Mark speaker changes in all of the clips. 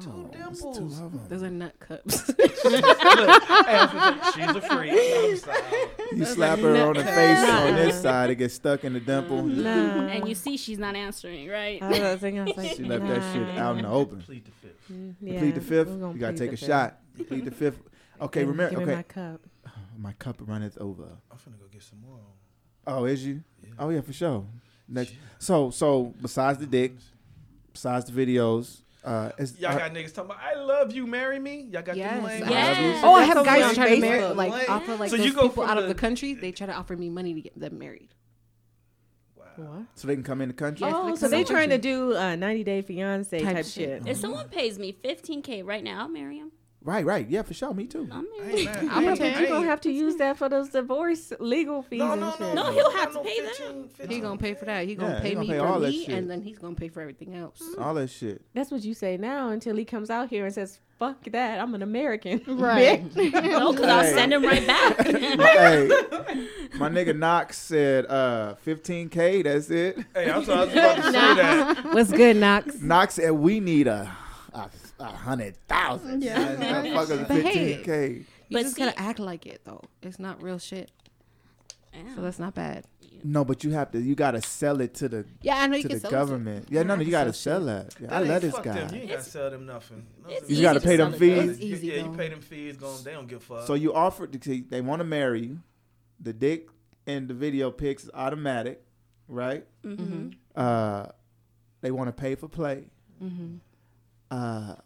Speaker 1: Two
Speaker 2: Oh, it's
Speaker 1: dimples.
Speaker 2: two of 'em.
Speaker 3: Those are nut cups.
Speaker 1: She's a freak. I'm oh. sorry.
Speaker 2: You slap her on the face on this
Speaker 4: Nuh-uh.
Speaker 2: side, it gets stuck in the dimple.
Speaker 4: Nah.
Speaker 3: And
Speaker 4: And you see she's not answering, right?
Speaker 3: I
Speaker 4: Plead
Speaker 3: was about to think, I was like,
Speaker 2: She left that shit out in the open.
Speaker 1: Plead the fifth.
Speaker 3: Mm,
Speaker 2: You
Speaker 3: yeah,
Speaker 2: plead the fifth.
Speaker 3: we're
Speaker 2: You
Speaker 3: gonna
Speaker 2: gotta
Speaker 3: plead
Speaker 2: take
Speaker 3: the
Speaker 2: a
Speaker 3: fifth.
Speaker 2: shot. You plead the fifth. Okay,
Speaker 3: Give me-
Speaker 2: remember.
Speaker 3: give
Speaker 2: Okay,
Speaker 3: me my cup.
Speaker 2: my cup runneth over.
Speaker 1: I'm finna go get some more. on.
Speaker 2: Oh, is you?
Speaker 1: Yeah.
Speaker 2: Oh yeah, for sure. Next. So so besides the dick, besides the videos, uh, is,
Speaker 1: Y'all
Speaker 2: are-
Speaker 1: got niggas talking about I love you, marry me. Y'all got
Speaker 3: Yes.
Speaker 1: them lame.
Speaker 2: Yes.
Speaker 1: messages.
Speaker 3: Oh, I
Speaker 4: That's
Speaker 3: have
Speaker 4: so
Speaker 3: guys
Speaker 4: weird.
Speaker 3: try to
Speaker 1: Facebook
Speaker 3: marry, like
Speaker 1: lame.
Speaker 3: offer like
Speaker 1: So
Speaker 3: those
Speaker 1: you go
Speaker 3: people
Speaker 1: from
Speaker 3: out of
Speaker 1: the-
Speaker 3: the country. They try to offer me money to get them married.
Speaker 1: Wow.
Speaker 3: What?
Speaker 2: so they can come in the country.
Speaker 3: Yes,
Speaker 4: Oh,
Speaker 3: like
Speaker 4: so
Speaker 3: some
Speaker 4: they
Speaker 3: country.
Speaker 5: trying to do uh, 90 Day Fiance
Speaker 3: Type
Speaker 5: type,
Speaker 3: shit.
Speaker 5: shit.
Speaker 4: If someone pays me 15k right now, I'll marry him.
Speaker 2: Right, right. Yeah, for sure. Me too.
Speaker 4: I'll
Speaker 1: I
Speaker 4: marry
Speaker 1: ain't
Speaker 4: him.
Speaker 1: mad. I
Speaker 5: I'm
Speaker 1: ain't-
Speaker 5: gonna
Speaker 1: I
Speaker 5: you gonna
Speaker 1: ain't-
Speaker 5: have to use that for those divorce legal fees
Speaker 1: No,
Speaker 5: and
Speaker 1: no,
Speaker 5: shit.
Speaker 1: no.
Speaker 4: No,
Speaker 1: I
Speaker 4: he'll
Speaker 1: don't
Speaker 4: have
Speaker 1: got
Speaker 4: to pay them.
Speaker 1: 15,
Speaker 3: He
Speaker 1: 15.
Speaker 3: gonna pay for that. He gonna
Speaker 2: Yeah, he
Speaker 3: pay
Speaker 2: gonna
Speaker 3: me
Speaker 2: pay
Speaker 3: for
Speaker 2: all that
Speaker 3: me,
Speaker 2: shit.
Speaker 3: and then he's gonna pay for everything else.
Speaker 2: All that shit.
Speaker 5: That's what you say now until he comes out here and says, "Fuck that, I'm an American."
Speaker 3: Right.
Speaker 4: No, because I'll
Speaker 2: Right.
Speaker 4: send him right back.
Speaker 2: hey, my nigga Knox said, uh, 15k. That's it.
Speaker 1: Hey, I'm sorry. I was about to say that.
Speaker 3: What's good, Knox?
Speaker 2: Knox said we need a a, a hundred thousand.
Speaker 3: Yeah.
Speaker 2: That- that fucker's
Speaker 3: But hey.
Speaker 2: 15k.
Speaker 3: You
Speaker 4: But
Speaker 3: just
Speaker 4: see-
Speaker 3: gotta act like it though. It's not real shit, so that's not bad.
Speaker 2: No, but you have to. You gotta sell it to the
Speaker 3: Yeah, I know you
Speaker 2: to
Speaker 3: can
Speaker 2: the
Speaker 3: sell
Speaker 2: government. Yeah, no, no, you gotta sell that. Yeah, I
Speaker 1: That
Speaker 2: love
Speaker 1: ain't-
Speaker 2: this
Speaker 1: fuck Them. You
Speaker 2: guy.
Speaker 1: ain't gotta sell them nothing.
Speaker 4: It's
Speaker 2: You
Speaker 4: easy
Speaker 2: gotta
Speaker 4: to
Speaker 2: pay
Speaker 4: sell
Speaker 2: them
Speaker 4: it to
Speaker 2: fees.
Speaker 4: us.
Speaker 3: It's easy,
Speaker 1: yeah, you
Speaker 3: though.
Speaker 1: pay them fees, gone. They don't give a fuck.
Speaker 2: So you offered to see, they want to marry you. The dick and the video pics is automatic, right?
Speaker 3: Mm-hmm.
Speaker 4: Mhm.
Speaker 2: Uh, they want to pay for play. Uh,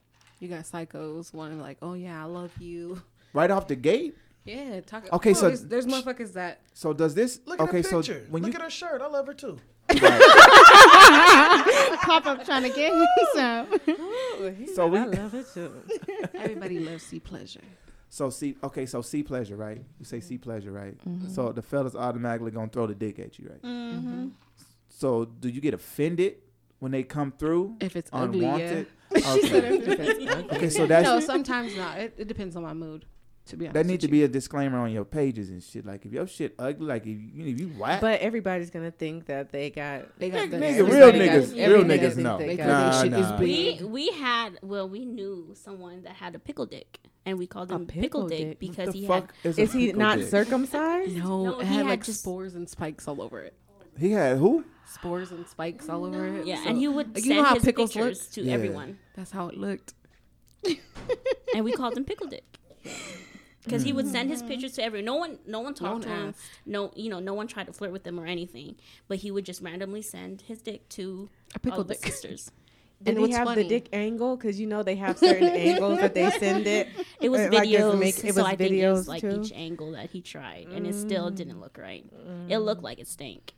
Speaker 3: You got psychos wanting like, oh yeah, I love you.
Speaker 2: right off the gate.
Speaker 3: Yeah, talk.
Speaker 2: Okay,
Speaker 3: well,
Speaker 2: so-
Speaker 3: there's, there's motherfuckers that
Speaker 2: So does this?
Speaker 1: look at
Speaker 2: okay,
Speaker 1: okay,
Speaker 2: so
Speaker 1: picture.
Speaker 2: when
Speaker 1: look
Speaker 2: you
Speaker 1: at her shirt. I love her too.
Speaker 4: Pop up trying to get him some.
Speaker 2: so we
Speaker 5: I love it too.
Speaker 3: everybody loves see pleasure.
Speaker 2: so see okay so see pleasure right? You say see pleasure right?
Speaker 3: Mm-hmm.
Speaker 2: So the fellas automatically gonna throw the dick at you right? So do you get offended when they come through?
Speaker 3: If it's ugly,
Speaker 2: Unwanted.
Speaker 3: yeah.
Speaker 2: Okay.
Speaker 3: If it's ugly.
Speaker 2: okay, so that's
Speaker 3: no, sometimes not. It, it depends on my mood. To be honest,
Speaker 2: That need
Speaker 3: with
Speaker 2: to
Speaker 3: you.
Speaker 2: be a disclaimer on your pages and shit. Like if your shit ugly, like if you, if you whack,
Speaker 5: But everybody's gonna think that they got.
Speaker 3: They got the
Speaker 2: nigga, real
Speaker 3: everybody got-
Speaker 2: niggas, real
Speaker 3: everybody
Speaker 2: niggas
Speaker 3: think
Speaker 2: know.
Speaker 3: They got
Speaker 2: Nah,
Speaker 3: their shit is
Speaker 2: nah.
Speaker 3: big.
Speaker 4: We we had well we knew someone that had a pickle dick and we called
Speaker 5: A
Speaker 4: him pickle,
Speaker 5: pickle
Speaker 4: dick,
Speaker 5: dick?
Speaker 4: because he had
Speaker 2: is, a
Speaker 5: Is he
Speaker 2: pickle
Speaker 5: not
Speaker 2: dick?
Speaker 5: circumcised?
Speaker 3: No,
Speaker 4: No,
Speaker 3: it
Speaker 4: he
Speaker 3: had
Speaker 4: had
Speaker 3: like
Speaker 4: just-
Speaker 3: spores and spikes all over it.
Speaker 2: He had who?
Speaker 3: Spores and spikes all over it.
Speaker 4: yeah
Speaker 3: so-
Speaker 4: and he would
Speaker 3: Like,
Speaker 4: send
Speaker 3: you know how
Speaker 4: his
Speaker 3: pickles
Speaker 4: pictures
Speaker 3: look?
Speaker 4: to
Speaker 2: Yeah.
Speaker 4: everyone
Speaker 3: That's how it looked.
Speaker 4: and we called him pickle dick because he would send his pictures to everyone. No one no one
Speaker 3: one
Speaker 4: talked to him.
Speaker 3: asked.
Speaker 4: No you know no one tried to flirt with him or anything. But he would just randomly send his dick to
Speaker 3: A pickle
Speaker 4: all of
Speaker 3: dick.
Speaker 4: his sisters.
Speaker 5: Did
Speaker 3: And
Speaker 5: he
Speaker 3: what's
Speaker 5: have
Speaker 3: funny-
Speaker 5: the dick angle? Because you know they have certain angles that they send it.
Speaker 4: It was
Speaker 5: Uh, like, it's
Speaker 4: videos,
Speaker 5: make- it
Speaker 4: so
Speaker 5: was
Speaker 4: I think it was
Speaker 5: videos,
Speaker 4: like
Speaker 5: too?
Speaker 4: each angle that he tried, and it still didn't look right. It looked like it stank.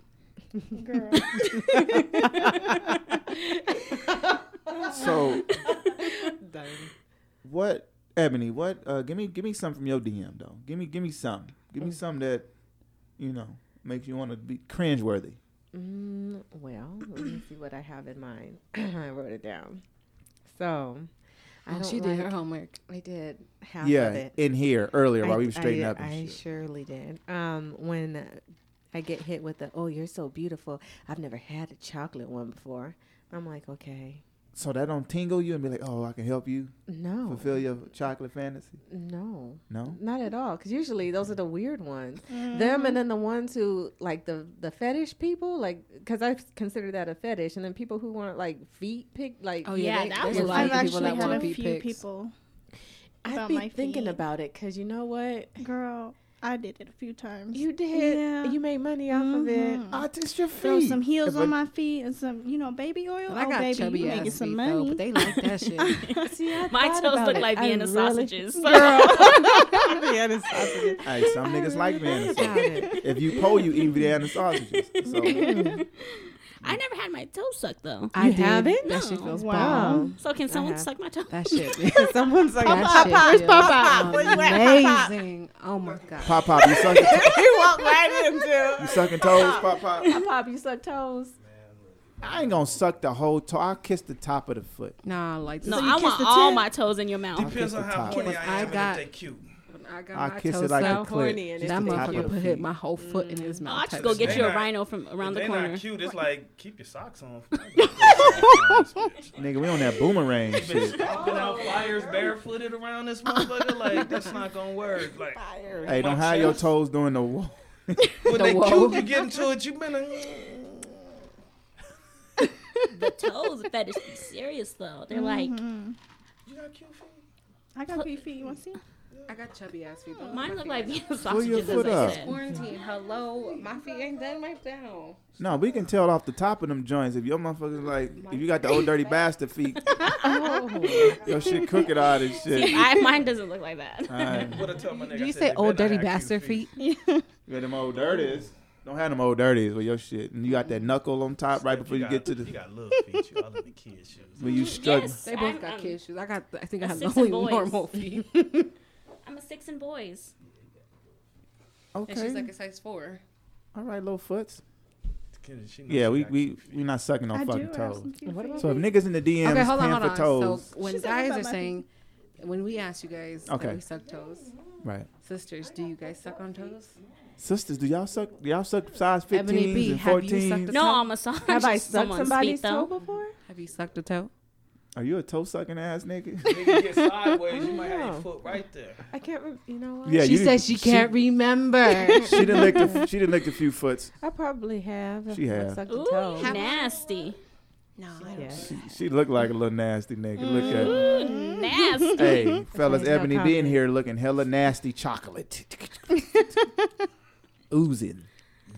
Speaker 2: So what, Ebony? What? Uh, give me give me some from your DM though. Give me give me some. Give me some that you know makes you want to be cringeworthy.
Speaker 5: Mm, well, let me see what I have in mind. I wrote it down. So, I
Speaker 3: Oh,
Speaker 5: don't
Speaker 3: she
Speaker 5: like,
Speaker 3: did her homework.
Speaker 5: I did half
Speaker 2: yeah,
Speaker 5: of it.
Speaker 2: in here earlier
Speaker 5: I-
Speaker 2: while we were straightening
Speaker 5: I,
Speaker 2: up. And
Speaker 5: I
Speaker 2: shit.
Speaker 5: surely did. Um, when uh, I get hit with the "Oh, you're so beautiful," I've never had a chocolate one before. I'm like, okay,
Speaker 2: So that don't tingle you and be like, oh, I can help you
Speaker 5: no,
Speaker 2: fulfill your chocolate fantasy.
Speaker 5: no,
Speaker 2: No.
Speaker 5: not at all. Because usually those are the weird ones. Them and then the ones who like the the fetish people, like because I consider that a fetish, and then people who want like feet picked, like
Speaker 3: Oh
Speaker 4: Yeah,
Speaker 3: yeah, they-
Speaker 4: that
Speaker 3: there's a
Speaker 4: was-
Speaker 3: lot
Speaker 6: I've
Speaker 3: of people
Speaker 6: actually
Speaker 3: that
Speaker 6: had
Speaker 3: want
Speaker 6: a
Speaker 3: to be
Speaker 6: few
Speaker 3: pics.
Speaker 6: people.
Speaker 5: I'd
Speaker 6: about
Speaker 5: be
Speaker 6: my
Speaker 5: thinking
Speaker 6: feet.
Speaker 5: about it because you know what
Speaker 6: Girl, I did it a few times.
Speaker 5: you did,
Speaker 6: Yeah.
Speaker 5: you made money off of it.
Speaker 6: Mhm.
Speaker 2: Ah, just your feet.
Speaker 6: Throw some heels
Speaker 2: But-
Speaker 6: on my feet and some, you know, baby oil.
Speaker 3: And I
Speaker 6: oh,
Speaker 3: got
Speaker 6: baby,
Speaker 3: chubby
Speaker 6: you making
Speaker 3: ass
Speaker 6: some
Speaker 3: feet
Speaker 6: money.
Speaker 3: though, but they like that shit.
Speaker 5: See, I
Speaker 4: My
Speaker 5: thought
Speaker 4: toes
Speaker 5: about
Speaker 4: look
Speaker 5: it.
Speaker 4: like
Speaker 5: I
Speaker 4: Vienna
Speaker 5: really-
Speaker 4: sausages.
Speaker 5: Vienna sausages.
Speaker 2: Hey, some niggas like Vienna
Speaker 5: Got
Speaker 2: sausages.
Speaker 5: it.
Speaker 2: If you poll, you eat Vienna sausages. So
Speaker 4: I never had my toe sucked though.
Speaker 3: I
Speaker 5: You
Speaker 3: did.
Speaker 5: haven't?
Speaker 3: That shit
Speaker 4: No.
Speaker 3: feels bomb.
Speaker 5: Wow.
Speaker 4: So can someone
Speaker 5: have-
Speaker 4: suck my toe?
Speaker 3: That shit.
Speaker 5: Someone's like,
Speaker 3: that shit
Speaker 6: Popeye,
Speaker 3: feels
Speaker 6: Popeye, where you at,
Speaker 3: Amazing. Oh my god.
Speaker 2: pop pop, you sucking,
Speaker 5: he walked right into
Speaker 2: you sucking toes, pop pop.
Speaker 5: Pop, you suck toes.
Speaker 2: I ain't gonna suck the whole toe. I'll kiss the top of the foot.
Speaker 3: Nah, like
Speaker 4: No,
Speaker 3: so
Speaker 4: I
Speaker 6: kiss
Speaker 4: want
Speaker 6: the
Speaker 4: all
Speaker 6: tip?
Speaker 4: my toes in your mouth.
Speaker 1: Depends
Speaker 2: kiss
Speaker 1: on
Speaker 2: the
Speaker 1: how
Speaker 2: top.
Speaker 1: horny
Speaker 3: But
Speaker 1: I
Speaker 3: I
Speaker 1: am
Speaker 3: got-
Speaker 1: and if they cute.
Speaker 3: I got
Speaker 2: I'll
Speaker 3: my
Speaker 2: kiss it
Speaker 3: toes
Speaker 2: like
Speaker 3: up.
Speaker 2: a
Speaker 5: so
Speaker 2: clip.
Speaker 5: horny and
Speaker 2: Just
Speaker 3: That
Speaker 2: the top of
Speaker 3: motherfucker
Speaker 2: the
Speaker 3: put hit
Speaker 2: feet.
Speaker 3: my whole foot in his mouth.
Speaker 4: I'll just
Speaker 3: type
Speaker 4: go
Speaker 3: shit.
Speaker 4: get you
Speaker 1: They
Speaker 4: a
Speaker 1: not-
Speaker 4: rhino from around
Speaker 1: If
Speaker 4: the
Speaker 1: they
Speaker 4: corner.
Speaker 1: not cute. It's like keep your socks on.
Speaker 2: Nigga, we on that boomerang
Speaker 1: Bitch,
Speaker 2: shit.
Speaker 1: I'm putting out flyers barefooted around this motherfucker. Like that's not gonna work. Like
Speaker 2: Hey, don't hide your toes during the walk.
Speaker 1: when
Speaker 5: The
Speaker 1: they
Speaker 5: whoa.
Speaker 1: cute, you get into it. You been a
Speaker 4: the toes fetish be serious though. They're like
Speaker 1: you got cute feet.
Speaker 6: I got cute feet. You want to see? 'em?
Speaker 5: I got chubby ass feet.
Speaker 4: mine look like
Speaker 2: Pull your
Speaker 4: sausages.
Speaker 2: foot
Speaker 4: As I
Speaker 2: up.
Speaker 4: said.
Speaker 5: Quarantine. Hello, my feet ain't done right down.
Speaker 2: No, we can tell off the top of them joints. If your motherfuckers like, if you got the old dirty bastard feet, your shit crooked all this shit.
Speaker 4: I, mine doesn't look like that.
Speaker 2: All right.
Speaker 1: What I tell my nigga.
Speaker 3: Do
Speaker 1: I
Speaker 3: you
Speaker 1: said,
Speaker 3: say
Speaker 1: they
Speaker 5: "Oh,
Speaker 3: old
Speaker 1: better
Speaker 3: dirty
Speaker 1: have cute
Speaker 3: bastard feet?
Speaker 2: You got them old dirties. Don't have them old dirties with your shit. And you got that knuckle on top right before you,
Speaker 1: got-
Speaker 2: get to
Speaker 1: You
Speaker 2: the
Speaker 1: got little feet. You all in the kids' shoes.
Speaker 2: when you struggle.
Speaker 4: Yes,
Speaker 5: They both
Speaker 4: I'm-
Speaker 5: got
Speaker 4: I'm-
Speaker 5: kid shoes. I got. I think I
Speaker 4: a
Speaker 5: have
Speaker 4: six and
Speaker 5: only
Speaker 4: boys.
Speaker 5: normal feet.
Speaker 4: I'm a six and boys.
Speaker 2: Okay.
Speaker 7: a size four.
Speaker 2: all right, little foots.
Speaker 1: Kids, she knows
Speaker 2: Yeah,
Speaker 1: she
Speaker 2: we
Speaker 1: got
Speaker 2: we
Speaker 1: cute feet.
Speaker 2: we not sucking on
Speaker 6: I do
Speaker 2: fucking
Speaker 6: have
Speaker 2: toes.
Speaker 6: some cute
Speaker 5: What
Speaker 6: feet.
Speaker 5: about
Speaker 2: So if niggas in the DMs
Speaker 3: Okay, hold on,
Speaker 2: paying
Speaker 3: hold on.
Speaker 2: for toes,
Speaker 3: So when
Speaker 6: She said
Speaker 3: guys
Speaker 6: about
Speaker 3: are
Speaker 6: my
Speaker 3: saying, when we ask you guys
Speaker 2: Okay.
Speaker 3: that we suck toes,
Speaker 2: right?
Speaker 3: sisters, do you guys suck on toes?
Speaker 2: Sisters, do y'all suck? Do y'all suck size
Speaker 3: Ebony B,
Speaker 2: 15s and
Speaker 3: have you sucked
Speaker 2: 14s?
Speaker 3: a-
Speaker 4: No,
Speaker 3: Have-
Speaker 4: I'm a sausage.
Speaker 5: Have I sucked
Speaker 4: someone's
Speaker 5: somebody's
Speaker 4: feet, though.
Speaker 5: toe before?
Speaker 3: Have you sucked a toe?
Speaker 2: Are you a toe sucking ass nigga?
Speaker 1: Nigga get sideways, you might have
Speaker 5: Yeah.
Speaker 1: your foot right there.
Speaker 5: I can't. Re- you know what?
Speaker 2: Yeah,
Speaker 3: she
Speaker 2: you-
Speaker 3: says she can't remember.
Speaker 2: She didn't lick. The, she didn't lick a few foots.
Speaker 5: I probably have.
Speaker 2: She
Speaker 5: I've
Speaker 2: have.
Speaker 5: sucked a
Speaker 4: Ooh,
Speaker 5: toe.
Speaker 4: you nasty.
Speaker 3: no, I don't.
Speaker 5: Yeah.
Speaker 2: She, she looked like a little nasty nigga. Look at. her.
Speaker 4: Ooh,
Speaker 3: Mm.
Speaker 4: nasty.
Speaker 2: Hey, fellas,
Speaker 5: no
Speaker 2: Ebony B in
Speaker 5: comment.
Speaker 2: here looking hella nasty chocolate. Oozing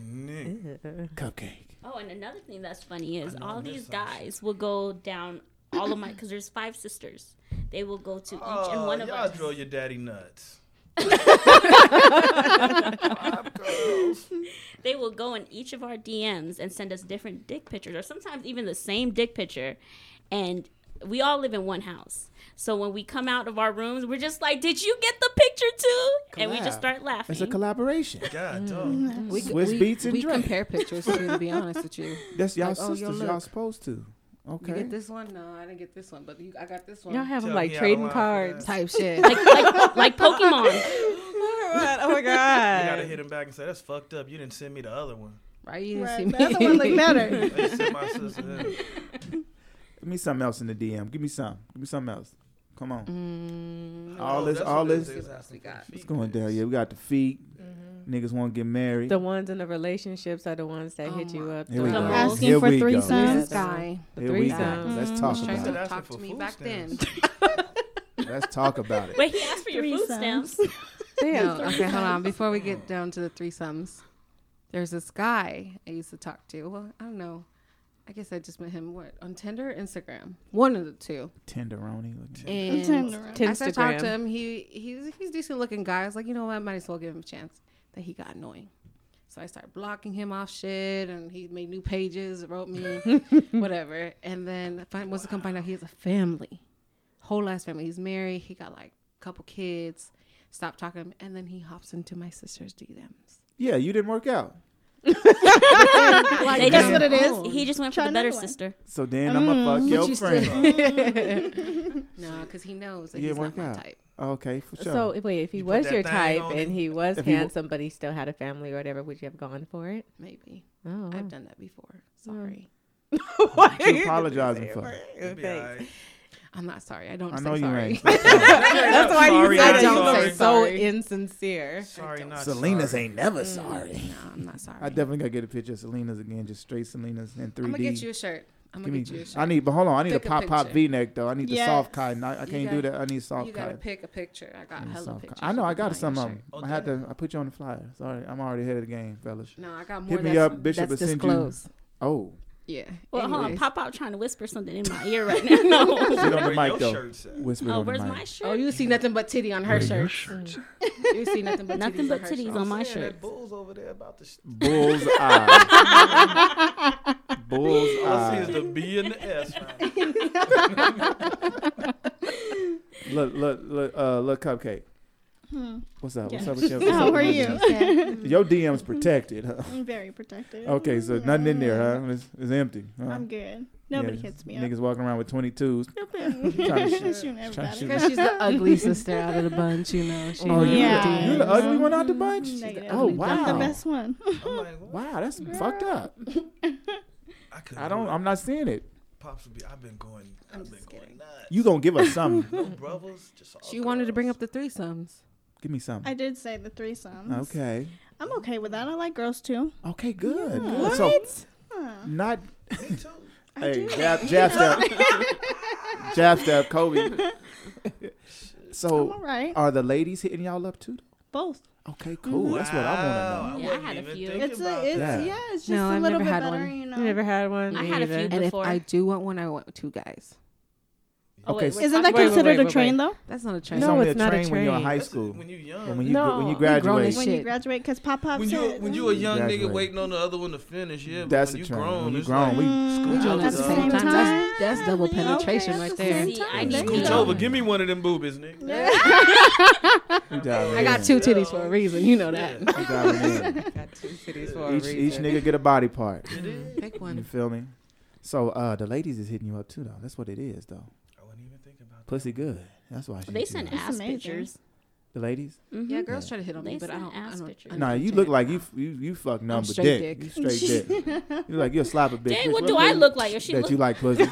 Speaker 1: Nigga.
Speaker 2: cupcake.
Speaker 4: Oh, and another thing that's funny is
Speaker 1: know
Speaker 4: all
Speaker 1: I'm
Speaker 4: these
Speaker 1: missing out.
Speaker 4: guys will go down all of my because there's five sisters. They will go to each and
Speaker 1: Oh,
Speaker 4: one of
Speaker 1: y'all
Speaker 4: us.
Speaker 1: drill your daddy nuts.
Speaker 4: They will go in each of our DMs and send us different dick pictures, or sometimes even the same dick picture. And we all live in one house, so when we come out of our rooms, we're just like, "Did you get the picture too?" And we just
Speaker 2: Collab.
Speaker 4: start laughing.
Speaker 2: It's a collaboration.
Speaker 1: God, dog.
Speaker 3: We,
Speaker 2: Swiss
Speaker 3: we,
Speaker 2: beats and
Speaker 3: we
Speaker 2: Drake.
Speaker 3: compare pictures too, to be honest with you.
Speaker 2: That's y'all
Speaker 3: Like, oh, yo,
Speaker 2: sisters. y'all
Speaker 3: look.
Speaker 2: supposed to.
Speaker 3: You
Speaker 2: Okay.
Speaker 3: get this one? No, I didn't get this one, but you, I got this one.
Speaker 5: Y'all have
Speaker 1: Tell
Speaker 5: them like
Speaker 1: me I
Speaker 5: trading
Speaker 1: lied for
Speaker 5: cards.
Speaker 3: Type shit.
Speaker 4: like, like, like Pokemon.
Speaker 5: oh my
Speaker 1: You gotta
Speaker 5: god.
Speaker 1: hit him back and say, that's fucked up. You didn't send me the other one.
Speaker 3: right? You didn't see
Speaker 6: Right,
Speaker 3: me.
Speaker 6: the other one look better.
Speaker 1: They sent my sister that.
Speaker 2: Give me something else in the DM. Give me some. Give me something else. Come
Speaker 3: Mm-hmm.
Speaker 2: on.
Speaker 3: Mm,
Speaker 2: All this-
Speaker 1: that's
Speaker 2: all
Speaker 1: what it
Speaker 2: this-
Speaker 1: is. It's asking for
Speaker 2: What's
Speaker 1: feet
Speaker 2: going
Speaker 1: pics.
Speaker 2: down? Yeah, we got the feet.
Speaker 3: Mm-hmm.
Speaker 2: Niggas want to get married.
Speaker 5: The ones in the relationships are the ones that
Speaker 3: Oh
Speaker 5: hit you
Speaker 3: my
Speaker 5: up.
Speaker 2: Here we
Speaker 5: the
Speaker 2: go.
Speaker 5: most.
Speaker 6: Asking
Speaker 2: Here
Speaker 6: for
Speaker 2: we go.
Speaker 6: threesomes.
Speaker 3: this guy
Speaker 5: The
Speaker 2: Here we go.
Speaker 5: threesome.
Speaker 2: Let's talk
Speaker 3: was
Speaker 1: Straight
Speaker 2: about
Speaker 1: Shout
Speaker 3: trying to
Speaker 2: it.
Speaker 1: out
Speaker 3: talk
Speaker 1: for
Speaker 3: to me
Speaker 1: food
Speaker 3: back then.
Speaker 1: stamps.
Speaker 2: Let's talk about it.
Speaker 4: Wait, he asked for your food
Speaker 6: Threesomes.
Speaker 4: stamps.
Speaker 5: They
Speaker 3: No,
Speaker 5: have
Speaker 3: okay, hold on. Before we get down to the threesomes, there's this guy I used to talk to. Well, I don't know. I guess I just met him what on Tinder, or Instagram, one of the two.
Speaker 2: Tenderoni.
Speaker 3: And
Speaker 6: Tinderella.
Speaker 3: I started talking to
Speaker 5: Tinstagram.
Speaker 3: him. He he's he's a decent looking guy. I was like, you know what? I might as well give him a chance. Then he got annoying, so I started blocking him off shit, and he made new pages, wrote me, whatever. And then find, once I come find out, he has a family, whole ass family. He's married. He got like a couple kids. Stop talking, to him, and then he hops into my sister's DMs.
Speaker 2: Yeah, you didn't work out.
Speaker 4: They
Speaker 6: that's
Speaker 4: just-
Speaker 6: what it is.
Speaker 4: He just went
Speaker 6: Try
Speaker 4: for the better
Speaker 6: another one.
Speaker 4: sister.
Speaker 2: So then I'm going to fuck your
Speaker 3: Mm, you
Speaker 2: friend.
Speaker 3: No, because he knows that
Speaker 2: Yeah,
Speaker 3: he's
Speaker 2: work
Speaker 3: not my
Speaker 2: out.
Speaker 3: type.
Speaker 2: Okay, for sure.
Speaker 5: So if- wait, if he
Speaker 1: You put
Speaker 5: was
Speaker 1: that
Speaker 5: your
Speaker 1: thing
Speaker 5: type
Speaker 1: on
Speaker 5: and he was
Speaker 2: If he wa-
Speaker 5: handsome, but he still had a family or whatever, would you have gone for it?
Speaker 3: Maybe
Speaker 5: Oh,
Speaker 3: I've done that before. Sorry,
Speaker 5: why
Speaker 2: What you apologizing for?
Speaker 1: It'd be all right.
Speaker 3: I'm not sorry. I don't.
Speaker 2: I
Speaker 3: say
Speaker 2: know you
Speaker 3: sorry.
Speaker 2: ain't.
Speaker 5: That's why
Speaker 1: Sorry,
Speaker 5: you said it.
Speaker 1: not
Speaker 5: you
Speaker 1: sorry.
Speaker 5: look so
Speaker 3: Sorry.
Speaker 5: insincere.
Speaker 1: Sorry, not
Speaker 2: Selena's
Speaker 1: sorry.
Speaker 2: ain't never sorry.
Speaker 3: Mm, No, I'm not sorry.
Speaker 2: I definitely gotta get a picture of Selena's again, just straight Selena's in 3D.
Speaker 3: I'm gonna get you a shirt. I'm
Speaker 2: Give
Speaker 3: gonna
Speaker 2: me,
Speaker 3: get you a shirt.
Speaker 2: I need, but hold on, I need
Speaker 3: Pick
Speaker 2: a
Speaker 3: a
Speaker 2: pop pop
Speaker 3: picture.
Speaker 2: V neck though. I need the
Speaker 6: Yes.
Speaker 2: soft cotton. I, I
Speaker 3: You
Speaker 2: can't do
Speaker 3: gotta-
Speaker 2: that. I need soft
Speaker 3: you gotta
Speaker 2: cotton.
Speaker 3: pick a picture. I
Speaker 2: I
Speaker 3: got
Speaker 2: need
Speaker 3: hella
Speaker 2: soft
Speaker 3: pictures.
Speaker 2: cotton. I know
Speaker 3: of
Speaker 2: I
Speaker 3: you
Speaker 2: got
Speaker 3: buying
Speaker 2: some of
Speaker 3: your
Speaker 2: them.
Speaker 3: shirt.
Speaker 1: shirt.
Speaker 2: I had to. I put you on the flyer. Sorry, I'm already ahead of the game, fellas.
Speaker 3: No, I got more.
Speaker 2: Hit me
Speaker 3: that's,
Speaker 2: up, Bishop,
Speaker 3: That's
Speaker 2: and send you-
Speaker 3: disclosed.
Speaker 2: Oh,
Speaker 3: Yeah.
Speaker 4: Well, hold on.
Speaker 3: Anyways.
Speaker 4: Pop out trying to whisper something in my ear right now. No.
Speaker 2: sit on the
Speaker 1: Where
Speaker 2: mic
Speaker 1: your
Speaker 2: though.
Speaker 1: shirts at?
Speaker 2: Whisper
Speaker 4: oh,
Speaker 2: on the
Speaker 4: where's
Speaker 2: mic.
Speaker 4: my
Speaker 3: Oh,
Speaker 4: shirt?
Speaker 3: you see nothing but titty on her shirt. you see nothing but
Speaker 4: Nothing
Speaker 3: titties
Speaker 4: but
Speaker 3: on her
Speaker 4: titties
Speaker 3: shirt.
Speaker 4: on my
Speaker 1: I'm saying
Speaker 4: shirt.
Speaker 1: That bull's over there about to. Sh-
Speaker 2: Bull's eye. Bull's
Speaker 1: All I see
Speaker 2: eye.
Speaker 1: is the B and the S. right now.
Speaker 2: Look, look, look, uh, look, cupcake. What's up? What's up with your? what's
Speaker 6: Hmm. How
Speaker 2: up
Speaker 6: are
Speaker 2: with
Speaker 6: you?
Speaker 2: your- Your DM's protected. Huh?
Speaker 6: I'm very protective.
Speaker 2: Okay, so nothing in there, huh? It's, it's empty. Huh?
Speaker 6: I'm good. Nobody
Speaker 2: Yeah,
Speaker 6: hits me up.
Speaker 2: Niggas walking around with 22s.
Speaker 6: Trying to shoot everybody.
Speaker 2: shoot
Speaker 3: Because she's the ugly sister out of the bunch, you know. She
Speaker 2: Oh, you,
Speaker 6: Yeah.
Speaker 2: the, you the ugly one out the
Speaker 6: Mhm.
Speaker 2: bunch?
Speaker 6: Negative.
Speaker 2: Oh, wow.
Speaker 6: I'm the best one.
Speaker 1: I'm like, what?
Speaker 2: Wow, that's fucked up.
Speaker 1: I, couldn't
Speaker 2: I
Speaker 1: do
Speaker 2: don't,
Speaker 1: it.
Speaker 2: I'm not seeing it.
Speaker 1: Pops would be. I've been going.
Speaker 3: I'm
Speaker 1: I've been
Speaker 3: just
Speaker 1: going
Speaker 3: kidding.
Speaker 1: nuts.
Speaker 2: You gonna give us something?
Speaker 1: no brothers. Just all
Speaker 3: She wanted to bring
Speaker 1: girls.
Speaker 3: up the threesomes.
Speaker 2: give me something.
Speaker 6: I did say the threesomes.
Speaker 2: Okay.
Speaker 6: I'm okay with that. I like girls too.
Speaker 2: Okay. Good. good.
Speaker 6: What?
Speaker 2: So
Speaker 6: Huh.
Speaker 2: not.
Speaker 1: Me too.
Speaker 6: I
Speaker 2: hey,
Speaker 6: do.
Speaker 2: jab, jab step, jab step, Kobe.
Speaker 6: I'm
Speaker 2: So
Speaker 6: all right.
Speaker 2: are the ladies hitting y'all up too?
Speaker 6: Both.
Speaker 2: Okay. Cool. That's what I want to know.
Speaker 4: Yeah, I
Speaker 1: Wow, wasn't
Speaker 4: had a
Speaker 1: even
Speaker 4: few.
Speaker 1: thinking
Speaker 6: It's
Speaker 1: about
Speaker 6: a, it's
Speaker 1: that.
Speaker 2: that.
Speaker 6: yeah, it's just
Speaker 3: No,
Speaker 6: a
Speaker 3: I've
Speaker 6: little
Speaker 3: never
Speaker 6: bit
Speaker 3: had
Speaker 6: better,
Speaker 3: one.
Speaker 6: you know.
Speaker 5: You never had one?
Speaker 4: I
Speaker 5: Me
Speaker 4: had a few
Speaker 5: either.
Speaker 3: Mm. And if
Speaker 4: before.
Speaker 3: I do want one, I want two guys.
Speaker 5: Oh,
Speaker 2: Okay,
Speaker 5: wait,
Speaker 2: so-
Speaker 5: wait,
Speaker 6: Isn't that
Speaker 5: wait, wait,
Speaker 6: considered
Speaker 5: wait,
Speaker 6: a
Speaker 5: wait,
Speaker 6: train
Speaker 5: wait.
Speaker 6: though?
Speaker 3: That's not a
Speaker 2: It's
Speaker 3: train.
Speaker 5: No,
Speaker 2: only
Speaker 5: it's
Speaker 2: a
Speaker 5: not a
Speaker 2: train, when you're in
Speaker 5: train.
Speaker 2: high
Speaker 1: That's it,
Speaker 2: school.
Speaker 1: When you
Speaker 2: And
Speaker 1: young.
Speaker 2: when you
Speaker 5: No.
Speaker 2: when you
Speaker 5: We grown
Speaker 6: as
Speaker 2: graduate,
Speaker 3: shit.
Speaker 6: When you graduate, because Pop Pop
Speaker 1: when you
Speaker 6: said
Speaker 1: when you a young
Speaker 2: Graduate.
Speaker 1: nigga waiting on the other one to finish, yeah. But
Speaker 2: That's
Speaker 1: when
Speaker 2: a
Speaker 1: you
Speaker 2: trend.
Speaker 1: grown,
Speaker 2: When you
Speaker 1: it's
Speaker 2: grown,
Speaker 1: like,
Speaker 6: Mm,
Speaker 1: Scooch
Speaker 3: At
Speaker 1: over.
Speaker 3: the same
Speaker 1: Sometimes
Speaker 3: time, that's, that's double
Speaker 6: Okay,
Speaker 3: penetration
Speaker 6: at
Speaker 3: right
Speaker 6: the
Speaker 3: there.
Speaker 6: same
Speaker 4: See, I
Speaker 6: time.
Speaker 4: need
Speaker 6: There you
Speaker 1: Scooch
Speaker 6: go.
Speaker 1: over. Give me one of them boobies, nigga.
Speaker 2: we diving
Speaker 3: I got
Speaker 2: in.
Speaker 3: two titties for a reason. You know that.
Speaker 2: We diving in.
Speaker 5: Got two cities for
Speaker 2: each
Speaker 5: a
Speaker 2: each
Speaker 5: reason.
Speaker 2: nigga get a body part.
Speaker 3: Pick
Speaker 2: You
Speaker 3: one.
Speaker 2: feel me? So uh, the ladies is hitting you up too, though. That's what it is, though.
Speaker 1: I wasn't even thinking about that.
Speaker 2: Pussy good. That's why she.
Speaker 4: They
Speaker 2: hit you
Speaker 4: send
Speaker 2: up.
Speaker 6: That's
Speaker 4: ass
Speaker 6: amazing.
Speaker 4: pictures.
Speaker 2: the ladies.
Speaker 4: Mhm.
Speaker 3: Yeah, girls try to hit on me,
Speaker 4: They
Speaker 3: but I
Speaker 4: send
Speaker 3: don't. I
Speaker 4: ass
Speaker 3: don't,
Speaker 4: pictures.
Speaker 3: I don't
Speaker 2: Nah, you
Speaker 3: do
Speaker 2: look
Speaker 3: that.
Speaker 2: like you you you fuck number
Speaker 3: straight
Speaker 2: dick.
Speaker 3: dick.
Speaker 2: You straight dick. You like you a slapper bitch.
Speaker 4: Dang,
Speaker 2: Bitch,
Speaker 4: what do I
Speaker 2: you-
Speaker 4: look like? Or she
Speaker 2: That
Speaker 4: look-
Speaker 2: you like pussy.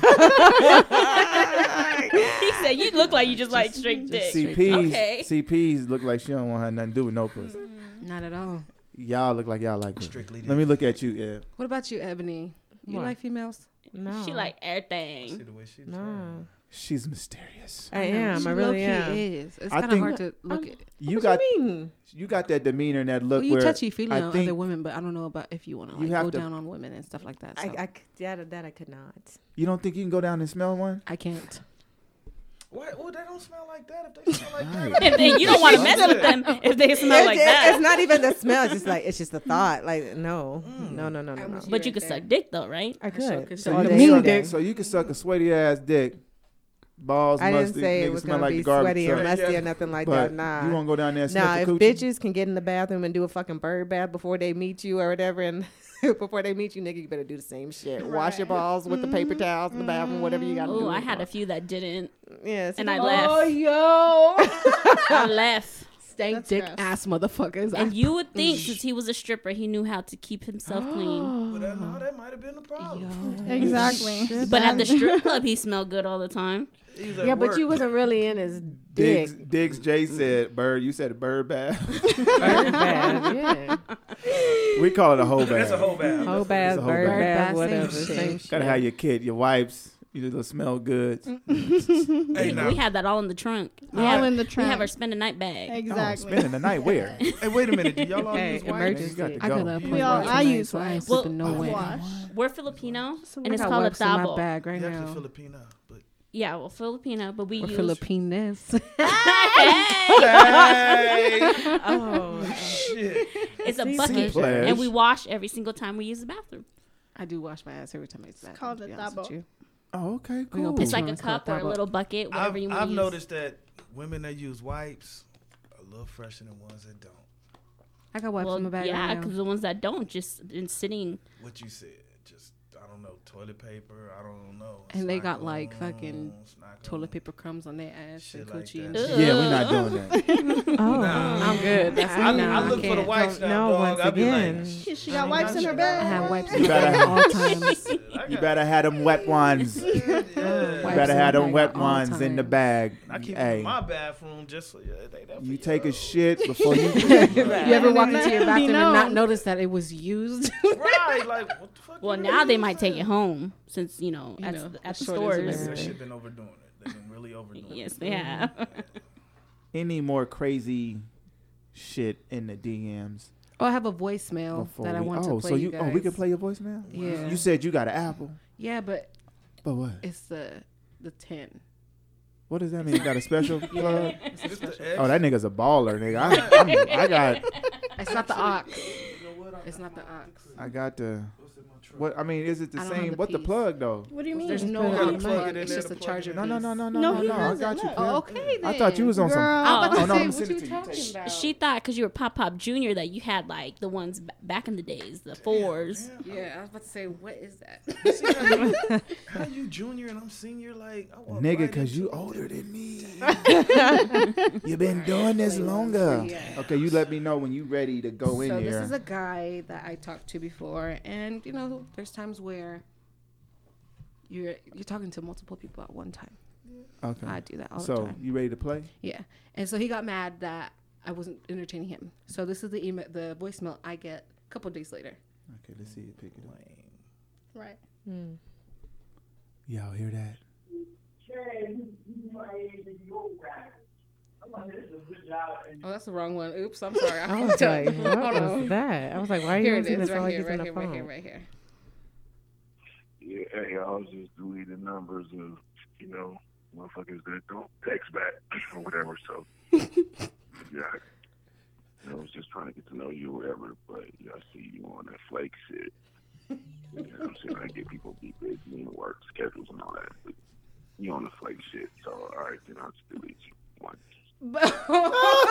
Speaker 4: he said, "You look like you just like straight dick."
Speaker 2: CPs
Speaker 4: Okay.
Speaker 2: CPs look like she don't want her nothing to do with no pussy.
Speaker 5: Mm-hmm.
Speaker 3: Not at all.
Speaker 2: Y'all look like y'all like pussy.
Speaker 1: Strictly.
Speaker 2: Let me look at you. Yeah.
Speaker 3: What about you, Ebony? You
Speaker 5: What?
Speaker 3: like females?
Speaker 5: No.
Speaker 4: She like
Speaker 1: See
Speaker 4: everything.
Speaker 1: the way she just-
Speaker 5: No.
Speaker 2: She's mysterious.
Speaker 5: I
Speaker 3: know,
Speaker 5: am.
Speaker 3: She
Speaker 5: I really
Speaker 3: low-key
Speaker 5: am.
Speaker 3: Is. It's
Speaker 2: I
Speaker 3: kind of
Speaker 2: think-
Speaker 3: hard to look
Speaker 5: I'm-
Speaker 3: at.
Speaker 2: You
Speaker 5: what
Speaker 2: got
Speaker 5: you mean?
Speaker 2: you got that demeanor and that look
Speaker 3: Well, you
Speaker 2: where
Speaker 3: touchy feely
Speaker 2: I
Speaker 3: on
Speaker 2: think-
Speaker 3: other women, but I don't know about if you want to
Speaker 2: You
Speaker 3: like,
Speaker 2: have
Speaker 3: go
Speaker 2: to-
Speaker 3: down on women and stuff like that. So.
Speaker 5: I,
Speaker 3: I,
Speaker 5: I, c- that, that I could not.
Speaker 2: you don't think you can go down and smell one.
Speaker 3: can't.
Speaker 1: Why? Well, they don't smell like that. If they smell like that,
Speaker 2: Right.
Speaker 4: If they, you don't want to mess with them if they smell like
Speaker 5: It- it- It's
Speaker 4: that.
Speaker 5: not even the smell. It's just like, it's just the thought. Like, no. No, no, no, no, no.
Speaker 4: But you could suck dick though, right?
Speaker 5: I
Speaker 3: sure
Speaker 5: could.
Speaker 3: could
Speaker 2: So
Speaker 3: All
Speaker 2: you,
Speaker 3: day,
Speaker 2: can
Speaker 3: all
Speaker 2: suck,
Speaker 3: day.
Speaker 2: so you can suck a sweaty ass dick. Balls
Speaker 5: I didn't
Speaker 2: musty.
Speaker 5: say it
Speaker 2: niggas
Speaker 5: was
Speaker 2: smell
Speaker 5: gonna
Speaker 2: like
Speaker 5: be
Speaker 2: the garbage.
Speaker 5: sweaty or
Speaker 2: truck.
Speaker 5: musty
Speaker 1: Yeah.
Speaker 5: or nothing like
Speaker 2: but
Speaker 5: that. Nah.
Speaker 2: you won't go down there and sniff
Speaker 5: Nah,
Speaker 2: a
Speaker 5: if
Speaker 2: coochie.
Speaker 5: bitches can get in the bathroom and do a fucking bird bath before they meet you or whatever, and before they meet you, nigga, you better do the same shit. Wash your
Speaker 6: Right.
Speaker 5: balls with the paper towels in the bathroom, whatever you gotta do.
Speaker 4: Oh, I had a few that didn't.
Speaker 5: Yes.
Speaker 4: and I
Speaker 5: Oh,
Speaker 4: laughed.
Speaker 5: yo.
Speaker 4: I left.
Speaker 3: Stank
Speaker 6: That's
Speaker 3: dick
Speaker 6: gross.
Speaker 3: ass motherfuckers. I
Speaker 4: And you would think since he was a stripper, he knew how to keep himself clean.
Speaker 1: Well, that, no, that might have been the problem.
Speaker 6: Exactly.
Speaker 4: But at the strip club, he smelled good all the time.
Speaker 1: He's at
Speaker 5: yeah, but you
Speaker 1: work.
Speaker 5: wasn't really in his dick.
Speaker 2: Diggs, Diggs Jay
Speaker 3: Mm-hmm.
Speaker 2: said, "Bird, you said bird bath.
Speaker 5: Bird bath, yeah.
Speaker 2: we call it a whole bath.
Speaker 1: That's a whole bad.
Speaker 5: Whole bath,
Speaker 2: a whole
Speaker 5: bird
Speaker 2: bath.
Speaker 5: bath,
Speaker 3: Bird
Speaker 5: whatever.
Speaker 3: bath, same
Speaker 5: Same
Speaker 3: shit.
Speaker 5: shit.
Speaker 2: Gotta have your kid, your wipes, you little smell goods.
Speaker 3: Mm,
Speaker 1: Hey,
Speaker 4: We,
Speaker 1: now,
Speaker 4: we had that all in the trunk. We
Speaker 6: All
Speaker 4: have,
Speaker 6: in the
Speaker 4: we
Speaker 6: trunk.
Speaker 4: have our spend a night bag.
Speaker 2: Oh,
Speaker 6: Exactly.
Speaker 2: spending the night where?
Speaker 1: hey, wait a minute. Do y'all all
Speaker 5: Hey,
Speaker 1: use wipes?
Speaker 5: emergency.
Speaker 2: You got to
Speaker 5: I
Speaker 2: go.
Speaker 3: I got a
Speaker 6: We
Speaker 3: point.
Speaker 6: all- I use
Speaker 3: so I ain't
Speaker 4: wipes.
Speaker 3: slipping
Speaker 1: Well,
Speaker 3: nowhere.
Speaker 6: Wash.
Speaker 4: We're Filipino,
Speaker 6: So
Speaker 4: and
Speaker 6: we
Speaker 4: it's
Speaker 3: I got
Speaker 4: called a
Speaker 3: wipes in my
Speaker 4: tabo.
Speaker 3: bag right
Speaker 1: You actually
Speaker 3: now.
Speaker 1: Filipina, but
Speaker 4: Yeah, well, Filipino, but we
Speaker 3: Or
Speaker 4: use
Speaker 3: Filipinas.
Speaker 4: Hey!
Speaker 2: Hey!
Speaker 5: Oh,
Speaker 1: shit.
Speaker 4: it's a
Speaker 2: See,
Speaker 4: bucket,
Speaker 2: pledge.
Speaker 4: and we wash every single time we use the bathroom.
Speaker 3: I do wash my ass every time I use that.
Speaker 6: called a tabo.
Speaker 2: Oh, okay,
Speaker 3: We gonna
Speaker 2: cool.
Speaker 3: piss
Speaker 4: It's like
Speaker 3: one
Speaker 4: a
Speaker 3: is called
Speaker 4: cup or a
Speaker 3: tabo.
Speaker 4: little bucket, whatever
Speaker 1: I've,
Speaker 4: you want.
Speaker 1: I've
Speaker 4: to use.
Speaker 1: noticed that women that use wipes are a little fresher than ones that don't.
Speaker 3: I got wipes
Speaker 4: Well,
Speaker 3: in my bag
Speaker 4: yeah,
Speaker 3: right
Speaker 4: because
Speaker 3: now.
Speaker 4: the ones that don't just been sitting.
Speaker 1: What you said, just I don't know, toilet paper. I don't know.
Speaker 3: And they
Speaker 1: not
Speaker 3: got, like,
Speaker 1: gonna-
Speaker 3: fucking
Speaker 1: it's not
Speaker 3: Toilet
Speaker 1: gonna-
Speaker 3: paper crumbs on their ass
Speaker 1: Shit
Speaker 3: and
Speaker 1: like
Speaker 3: coochie.
Speaker 1: that.
Speaker 3: and
Speaker 2: Yeah, we're not doing that.
Speaker 1: Nah.
Speaker 5: oh.
Speaker 3: I'm good. That's
Speaker 1: I,
Speaker 3: nah,
Speaker 1: I look for the
Speaker 3: can't.
Speaker 1: wipes
Speaker 5: Don't
Speaker 1: now,
Speaker 5: know
Speaker 1: dog.
Speaker 5: once
Speaker 1: I be
Speaker 5: again.
Speaker 1: like,
Speaker 6: She, she
Speaker 1: I
Speaker 6: got
Speaker 1: mean,
Speaker 6: wipes in
Speaker 1: I
Speaker 6: her
Speaker 1: should-
Speaker 3: I
Speaker 6: bag.
Speaker 3: have wipes
Speaker 2: You
Speaker 3: in my bag at
Speaker 2: better-
Speaker 3: all times.
Speaker 1: shit, I
Speaker 2: You
Speaker 1: got-
Speaker 2: better have them wet ones. You
Speaker 1: Yeah.
Speaker 3: Wipes
Speaker 2: better
Speaker 3: in my
Speaker 2: have them
Speaker 3: bag
Speaker 2: wet
Speaker 3: at all
Speaker 2: ones in the
Speaker 3: times.
Speaker 2: bag.
Speaker 1: I keep it
Speaker 2: Hey,
Speaker 1: in my bathroom just so yeah, they that for
Speaker 2: you take a
Speaker 1: y'all.
Speaker 2: shit before you.
Speaker 3: You ever walk
Speaker 6: And
Speaker 3: into your
Speaker 6: then
Speaker 3: bathroom
Speaker 6: you
Speaker 3: and not
Speaker 6: know.
Speaker 3: notice that it was used?
Speaker 1: right? Like what the fuck?
Speaker 4: Well,
Speaker 1: you
Speaker 4: now they
Speaker 1: doing?
Speaker 4: might take it home since you know
Speaker 3: You
Speaker 4: at,
Speaker 3: know,
Speaker 4: at
Speaker 3: the
Speaker 4: the
Speaker 3: shortest
Speaker 4: stores.
Speaker 3: is-
Speaker 1: That shit been overdoing it. They've been really overdoing
Speaker 4: Yes,
Speaker 1: it.
Speaker 4: they have.
Speaker 2: Any more crazy shit in the DMs?
Speaker 3: oh, I have a voicemail
Speaker 2: before
Speaker 3: that I
Speaker 2: we-
Speaker 3: want
Speaker 2: oh,
Speaker 3: to play
Speaker 2: so
Speaker 3: you, guys.
Speaker 2: oh, we can play your voicemail.
Speaker 3: Yeah.
Speaker 2: You said you got an Apple,
Speaker 3: Yeah, but
Speaker 2: but what?
Speaker 3: it's the the ten.
Speaker 2: What does that mean? You got a special plug?
Speaker 1: It's the
Speaker 2: Oh, that
Speaker 1: X.
Speaker 2: nigga's a baller, nigga. I, I'm, I got,
Speaker 3: It's not the ox.
Speaker 1: You know what? I-
Speaker 3: It's not the ox.
Speaker 2: I got the.
Speaker 1: What's in my truck?
Speaker 2: What I mean is it the
Speaker 3: I don't have
Speaker 2: same?
Speaker 3: the
Speaker 2: what the
Speaker 3: piece.
Speaker 2: plug though?
Speaker 6: What do you mean?
Speaker 3: There's no
Speaker 1: gotta
Speaker 3: ox.
Speaker 1: plug it in
Speaker 3: It's
Speaker 1: there
Speaker 3: just
Speaker 1: to
Speaker 3: a
Speaker 1: plug it
Speaker 3: charger.
Speaker 1: in.
Speaker 2: No, no, no, no, no,
Speaker 6: No,
Speaker 2: no,
Speaker 6: he
Speaker 2: no. I
Speaker 6: has it.
Speaker 2: got you.
Speaker 6: Look.
Speaker 2: Pimp.
Speaker 3: Oh, okay. Then.
Speaker 2: I thought you was on
Speaker 6: Girl.
Speaker 2: some.
Speaker 3: I was about
Speaker 4: Oh,
Speaker 3: to
Speaker 2: no,
Speaker 3: say,
Speaker 2: I'ma
Speaker 3: what
Speaker 2: send it
Speaker 3: you
Speaker 2: to you.
Speaker 3: talking
Speaker 2: Text
Speaker 3: about?
Speaker 4: She thought because you were Pop Pop Junior that you had like the ones b- back in the days, the fours.
Speaker 3: yeah, I was about to say, what is that?
Speaker 1: How you junior and I'm senior? Like I walk
Speaker 2: Nigga,
Speaker 1: right
Speaker 2: cause
Speaker 1: into
Speaker 2: you
Speaker 1: it.
Speaker 2: older than me. you been doing this longer.
Speaker 3: Yeah.
Speaker 2: Okay, you let me know when you ready to go in
Speaker 3: so
Speaker 2: here.
Speaker 3: this is a guy that I talked to before, and you know, there's times where you're you're talking to multiple people at one time.
Speaker 2: Okay.
Speaker 3: I do that all the
Speaker 2: so
Speaker 3: time.
Speaker 2: you ready to play?
Speaker 3: Yeah, and so he got mad that I wasn't entertaining him. So this is the email, the voicemail I get a couple days later.
Speaker 2: Okay, let's see you pick it up.
Speaker 6: Right.
Speaker 2: Y'all hear that?
Speaker 3: Oh, that's the wrong one. Oops, I'm sorry.
Speaker 5: I was like, what
Speaker 3: Hold on.
Speaker 5: was that? I was like, why are you
Speaker 3: Here it
Speaker 5: using
Speaker 3: is,
Speaker 5: this while
Speaker 3: right here,
Speaker 5: he's on
Speaker 3: right
Speaker 5: the
Speaker 3: here, right here,
Speaker 5: phone?
Speaker 3: right here.
Speaker 7: Yeah, hey, I was just deleting numbers of, you know, motherfuckers that don't text back or whatever. So, yeah, I, I was just trying to get to know you or whatever. But yeah, I see you on that flake shit. You know what I'm saying? I get people be busy and work schedules and all that. But you on the flake shit. So, all right, then I'll just delete you. Once.
Speaker 3: so
Speaker 5: why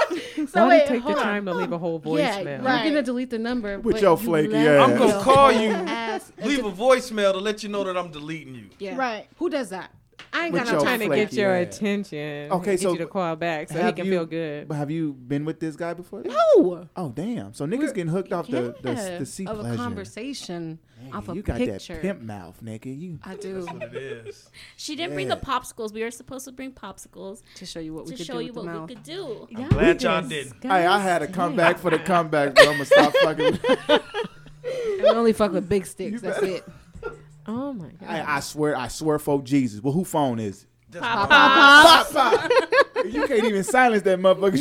Speaker 3: wait,
Speaker 5: do you take the
Speaker 3: hold on.
Speaker 5: time to leave a whole
Speaker 3: Yeah,
Speaker 5: voicemail?
Speaker 3: you're
Speaker 6: Right.
Speaker 3: gonna delete the number
Speaker 2: With
Speaker 3: but
Speaker 2: your
Speaker 3: you
Speaker 2: flaky
Speaker 3: left
Speaker 1: I'm gonna
Speaker 3: your
Speaker 1: call
Speaker 3: whole
Speaker 1: you.
Speaker 3: ass-
Speaker 1: Leave a voicemail to let you know that I'm deleting you.
Speaker 3: Yeah.
Speaker 6: Right.
Speaker 3: Who does that? I ain't
Speaker 2: With
Speaker 3: got
Speaker 2: your
Speaker 3: no
Speaker 5: Trying
Speaker 3: time
Speaker 5: to
Speaker 2: flaky
Speaker 5: get your
Speaker 2: ass.
Speaker 5: attention.
Speaker 2: Okay,
Speaker 5: get
Speaker 2: so
Speaker 5: you to call back so he
Speaker 2: have
Speaker 5: can
Speaker 2: you-
Speaker 5: feel good.
Speaker 2: But have you been with this guy before? then?
Speaker 3: No.
Speaker 2: Oh damn! So niggas
Speaker 3: We're-
Speaker 2: getting hooked off the the,
Speaker 3: Yeah,
Speaker 2: the sea
Speaker 3: of
Speaker 2: pleasure.
Speaker 3: a conversation,
Speaker 2: Nigga,
Speaker 3: off a
Speaker 2: you got
Speaker 3: picture.
Speaker 2: that pimp mouth, nigga. You
Speaker 3: I do
Speaker 1: That's what it is.
Speaker 4: She didn't bring
Speaker 2: Yeah.
Speaker 4: the popsicles. We were supposed to bring popsicles
Speaker 3: to show you what we
Speaker 4: to
Speaker 3: could
Speaker 4: show
Speaker 3: do
Speaker 4: you
Speaker 3: with the
Speaker 4: what
Speaker 3: mouth.
Speaker 4: we could do.
Speaker 1: I'm glad y'all did.
Speaker 2: Hey, I had a comeback for the comeback, but I'm gonna stop fucking.
Speaker 3: And we only fuck with big sticks. That's it.
Speaker 5: Oh my god.
Speaker 2: Hey, I swear, I swear for Jesus. Well, who phone is it?
Speaker 1: That's
Speaker 3: Uh,
Speaker 2: Pop, pop. you can't even silence that motherfucker.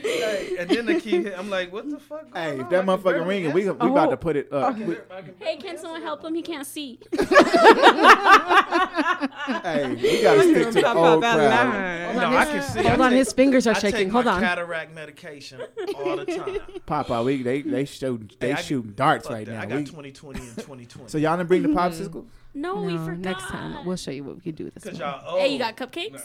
Speaker 1: Hey, and then they keep. hit- I'm like, what the fuck?
Speaker 2: hey,
Speaker 1: going
Speaker 2: if that
Speaker 1: on? I can barely
Speaker 2: motherfucker ringing, we we
Speaker 1: answer.
Speaker 2: about
Speaker 3: Oh.
Speaker 2: to put it up. We-
Speaker 1: I can-
Speaker 4: Hey, can someone help him? He can't see.
Speaker 2: hey, we gotta stick to the
Speaker 5: Talk about
Speaker 2: old
Speaker 5: that
Speaker 2: crowd.
Speaker 5: line.
Speaker 1: No, I can see. I
Speaker 3: Hold on,
Speaker 1: take-
Speaker 3: his fingers are
Speaker 1: I take
Speaker 3: shaking.
Speaker 1: my
Speaker 3: Hold on.
Speaker 1: Cataract medication all the time.
Speaker 2: Pop out. We they they shooting they
Speaker 1: Hey, I-
Speaker 2: shooting darts
Speaker 1: Fuck
Speaker 2: right
Speaker 1: that. I
Speaker 2: now.
Speaker 1: got
Speaker 2: We,
Speaker 1: 2020 and 2020.
Speaker 2: so y'all didn't bring the popsicle
Speaker 4: No, we
Speaker 3: No,
Speaker 4: forgot.
Speaker 3: next time we'll show you what we could do with this.
Speaker 1: Cause
Speaker 3: one.
Speaker 1: y'all old.
Speaker 4: Hey, you got cupcakes?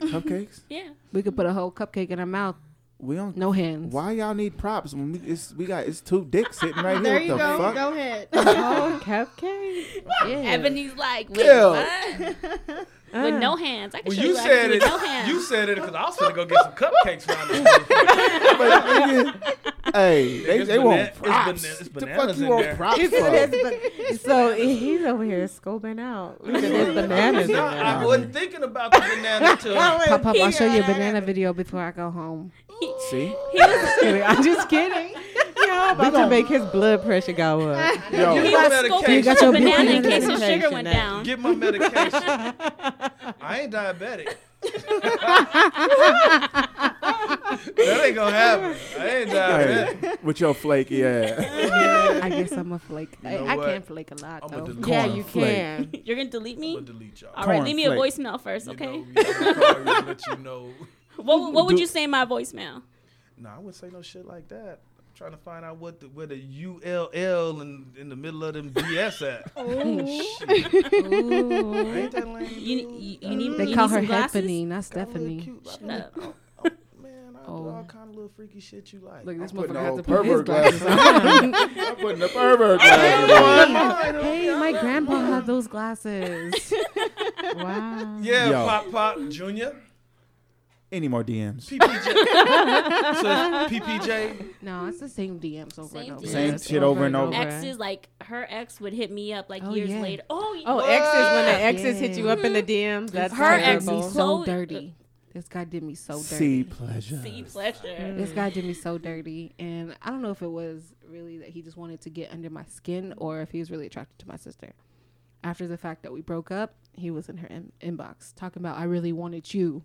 Speaker 1: No.
Speaker 2: cupcakes.
Speaker 4: Yeah.
Speaker 3: We could put a whole cupcake in her mouth,
Speaker 2: We don't.
Speaker 3: no hands.
Speaker 2: Why y'all need props when we it's we got it's two dicks sitting right
Speaker 6: There
Speaker 2: here?
Speaker 6: you
Speaker 2: What the
Speaker 6: go.
Speaker 2: fuck?
Speaker 6: Go ahead.
Speaker 5: Oh, cupcake.
Speaker 3: Yeah.
Speaker 4: Ebony's like, wait,
Speaker 2: Yeah.
Speaker 4: what? with
Speaker 3: Ah.
Speaker 4: no hands. I can
Speaker 1: Well,
Speaker 4: show
Speaker 1: you
Speaker 4: you, what I can
Speaker 1: said
Speaker 4: do
Speaker 1: it.
Speaker 4: with no hands.
Speaker 1: You said it because I was gonna go get some cupcakes around this motherfucker.
Speaker 2: But, nigga, hey, they,
Speaker 1: It's
Speaker 2: they
Speaker 1: bana-
Speaker 2: want
Speaker 1: it's
Speaker 2: props.
Speaker 1: bana- it's
Speaker 2: the fuck
Speaker 1: bananas
Speaker 2: you
Speaker 1: in
Speaker 2: want
Speaker 1: there.
Speaker 2: props
Speaker 5: It's
Speaker 2: for?
Speaker 5: bananas, but- so he's over here scoping out. Look at this bananas in
Speaker 1: No,
Speaker 5: there.
Speaker 1: I wasn't thinking about the banana till
Speaker 3: Pop up, I'll show you a banana video before I go home.
Speaker 2: See,
Speaker 5: I'm just kidding. Y'all about to make his blood pressure go up.
Speaker 1: Get
Speaker 2: yo,
Speaker 4: He
Speaker 1: my
Speaker 4: was scoping
Speaker 1: medication.
Speaker 4: for
Speaker 3: your
Speaker 4: a banana in
Speaker 3: beauty
Speaker 4: case his sugar
Speaker 5: medication
Speaker 4: went
Speaker 5: now.
Speaker 4: down.
Speaker 1: Get my medication. I ain't diabetic. that ain't gonna happen. I ain't diabetic.
Speaker 2: hey, with your flaky ass.
Speaker 3: I guess I'm a flake. I,
Speaker 1: know
Speaker 3: I
Speaker 1: what?
Speaker 3: can't flake a lot
Speaker 1: I'm a
Speaker 3: though.
Speaker 1: del-
Speaker 5: Yeah,
Speaker 2: Corn
Speaker 5: you
Speaker 2: flake.
Speaker 5: can.
Speaker 4: You're gonna delete
Speaker 1: I'm
Speaker 4: me.
Speaker 1: gonna delete y'all.
Speaker 4: All right,
Speaker 2: Corn
Speaker 4: leave me a
Speaker 2: flake.
Speaker 4: voicemail first,
Speaker 1: You
Speaker 4: okay?
Speaker 1: know, you know, call you and let you know.
Speaker 4: What What would
Speaker 2: Do-
Speaker 4: you say in my voicemail?
Speaker 1: No, I wouldn't say no shit like that. I'm trying to find out what the, where the ULL in, in the middle of them BS at. Shit. Ain't that lame?
Speaker 4: You
Speaker 1: dude?
Speaker 4: you, you need
Speaker 3: They
Speaker 4: you
Speaker 3: call
Speaker 4: need
Speaker 3: her
Speaker 4: some glasses?
Speaker 3: Heffany, not
Speaker 1: Got a little
Speaker 3: Stephanie.
Speaker 1: cute- I
Speaker 4: Shut
Speaker 1: don't-
Speaker 4: up.
Speaker 1: I don't- Man, I do
Speaker 3: Oh.
Speaker 1: all kind of little freaky shit you like.
Speaker 3: Look, this
Speaker 2: putting
Speaker 3: motherfucker had
Speaker 2: the
Speaker 3: to put his
Speaker 2: pervert
Speaker 3: glasses on.
Speaker 2: I'm putting the pervert glasses on.
Speaker 3: Hey, my grandpa had those glasses.
Speaker 5: Wow.
Speaker 1: Yeah,
Speaker 2: Yo.
Speaker 1: Pop Pop Junior.
Speaker 2: Any more DMs?
Speaker 1: PPJ. so it's PPJ.
Speaker 3: No, it's the same DMs over
Speaker 4: Same
Speaker 3: and over.
Speaker 4: DMs.
Speaker 2: Same
Speaker 5: Yes,
Speaker 2: shit over and over.
Speaker 4: Exes like her ex would hit me up like
Speaker 3: Oh,
Speaker 4: years
Speaker 3: yeah.
Speaker 4: later. Oh, you-
Speaker 5: Oh, exes when the exes
Speaker 3: Yeah.
Speaker 5: hit you up in the DMs. That's
Speaker 4: Her
Speaker 3: Did
Speaker 5: terrible.
Speaker 3: me
Speaker 4: exes.
Speaker 3: so
Speaker 4: So-
Speaker 3: dirty. This guy did me so dirty.
Speaker 2: See pleasure.
Speaker 4: see pleasure.
Speaker 3: This guy did me so dirty, and I don't know if it was really that he just wanted to get under my skin or if he was really attracted to my sister. After the fact that we broke up, he was in her in- inbox talking about I really wanted you.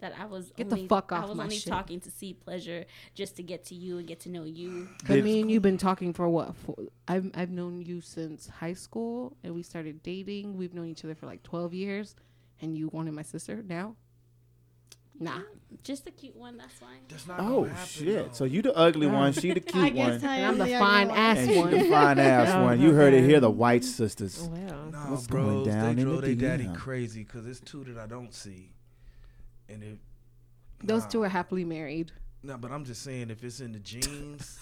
Speaker 4: That I was
Speaker 3: Get the
Speaker 4: only,
Speaker 3: fuck
Speaker 4: I
Speaker 3: off
Speaker 4: was
Speaker 3: my
Speaker 4: only
Speaker 3: shit.
Speaker 4: talking to see pleasure just to get to you and get to know you.
Speaker 3: But
Speaker 2: Did-
Speaker 3: me and you've been talking for what? For, I've I've known you since high school, and we started dating. We've known each other for like twelve years, and you wanted my sister now. Nah,
Speaker 4: Just a cute one. That's why.
Speaker 1: That's not.
Speaker 2: Oh
Speaker 1: gonna happen,
Speaker 2: shit!
Speaker 1: though.
Speaker 2: So you the ugly one, she the
Speaker 6: I
Speaker 2: cute
Speaker 6: guess
Speaker 2: one,
Speaker 6: I
Speaker 3: and
Speaker 6: am
Speaker 3: I'm the
Speaker 6: ugly
Speaker 3: fine
Speaker 6: one.
Speaker 3: ass
Speaker 2: and she the
Speaker 3: one.
Speaker 2: fine ass
Speaker 5: Oh,
Speaker 2: one. You heard it
Speaker 5: okay.
Speaker 2: here, the white
Speaker 5: Oh,
Speaker 2: sisters.
Speaker 5: Well,
Speaker 1: Nah,
Speaker 2: What's
Speaker 1: bros,
Speaker 2: going down in
Speaker 1: they
Speaker 2: the
Speaker 1: drove their daddy
Speaker 2: DM?
Speaker 1: crazy because it's two that I don't see, and if
Speaker 3: Those
Speaker 1: nah.
Speaker 3: two are happily married.
Speaker 1: No, but I'm just saying if it's in the jeans,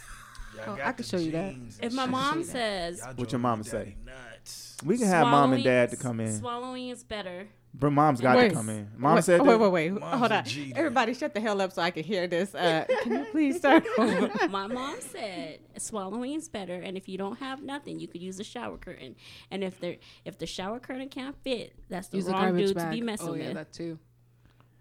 Speaker 1: y'all
Speaker 3: Oh,
Speaker 1: got
Speaker 3: I could
Speaker 1: the
Speaker 3: show you that.
Speaker 1: jeans and
Speaker 4: If my
Speaker 1: shit.
Speaker 4: mom says
Speaker 1: Y'all
Speaker 2: What
Speaker 1: drove
Speaker 2: your mama
Speaker 1: daddy
Speaker 2: say?
Speaker 1: Nuts.
Speaker 2: We can have mom and
Speaker 4: swallowing-
Speaker 2: dad to come in.
Speaker 4: Swallowing is better.
Speaker 2: But mom's got
Speaker 5: Wait.
Speaker 2: to come in. Mom
Speaker 5: wait, oh,
Speaker 2: said,
Speaker 5: wait,
Speaker 2: that?
Speaker 5: wait, wait,
Speaker 1: Mom's
Speaker 5: Hold
Speaker 1: a
Speaker 5: on.
Speaker 1: G there.
Speaker 5: Everybody shut the hell up so I can hear this. Uh, can you please start over?
Speaker 4: My mom said swallowing is better, and if you don't have nothing, you could use a shower curtain. And if there, if the shower curtain can't fit, that's the wrong dude to be messing
Speaker 3: oh yeah,
Speaker 4: with.
Speaker 3: that too.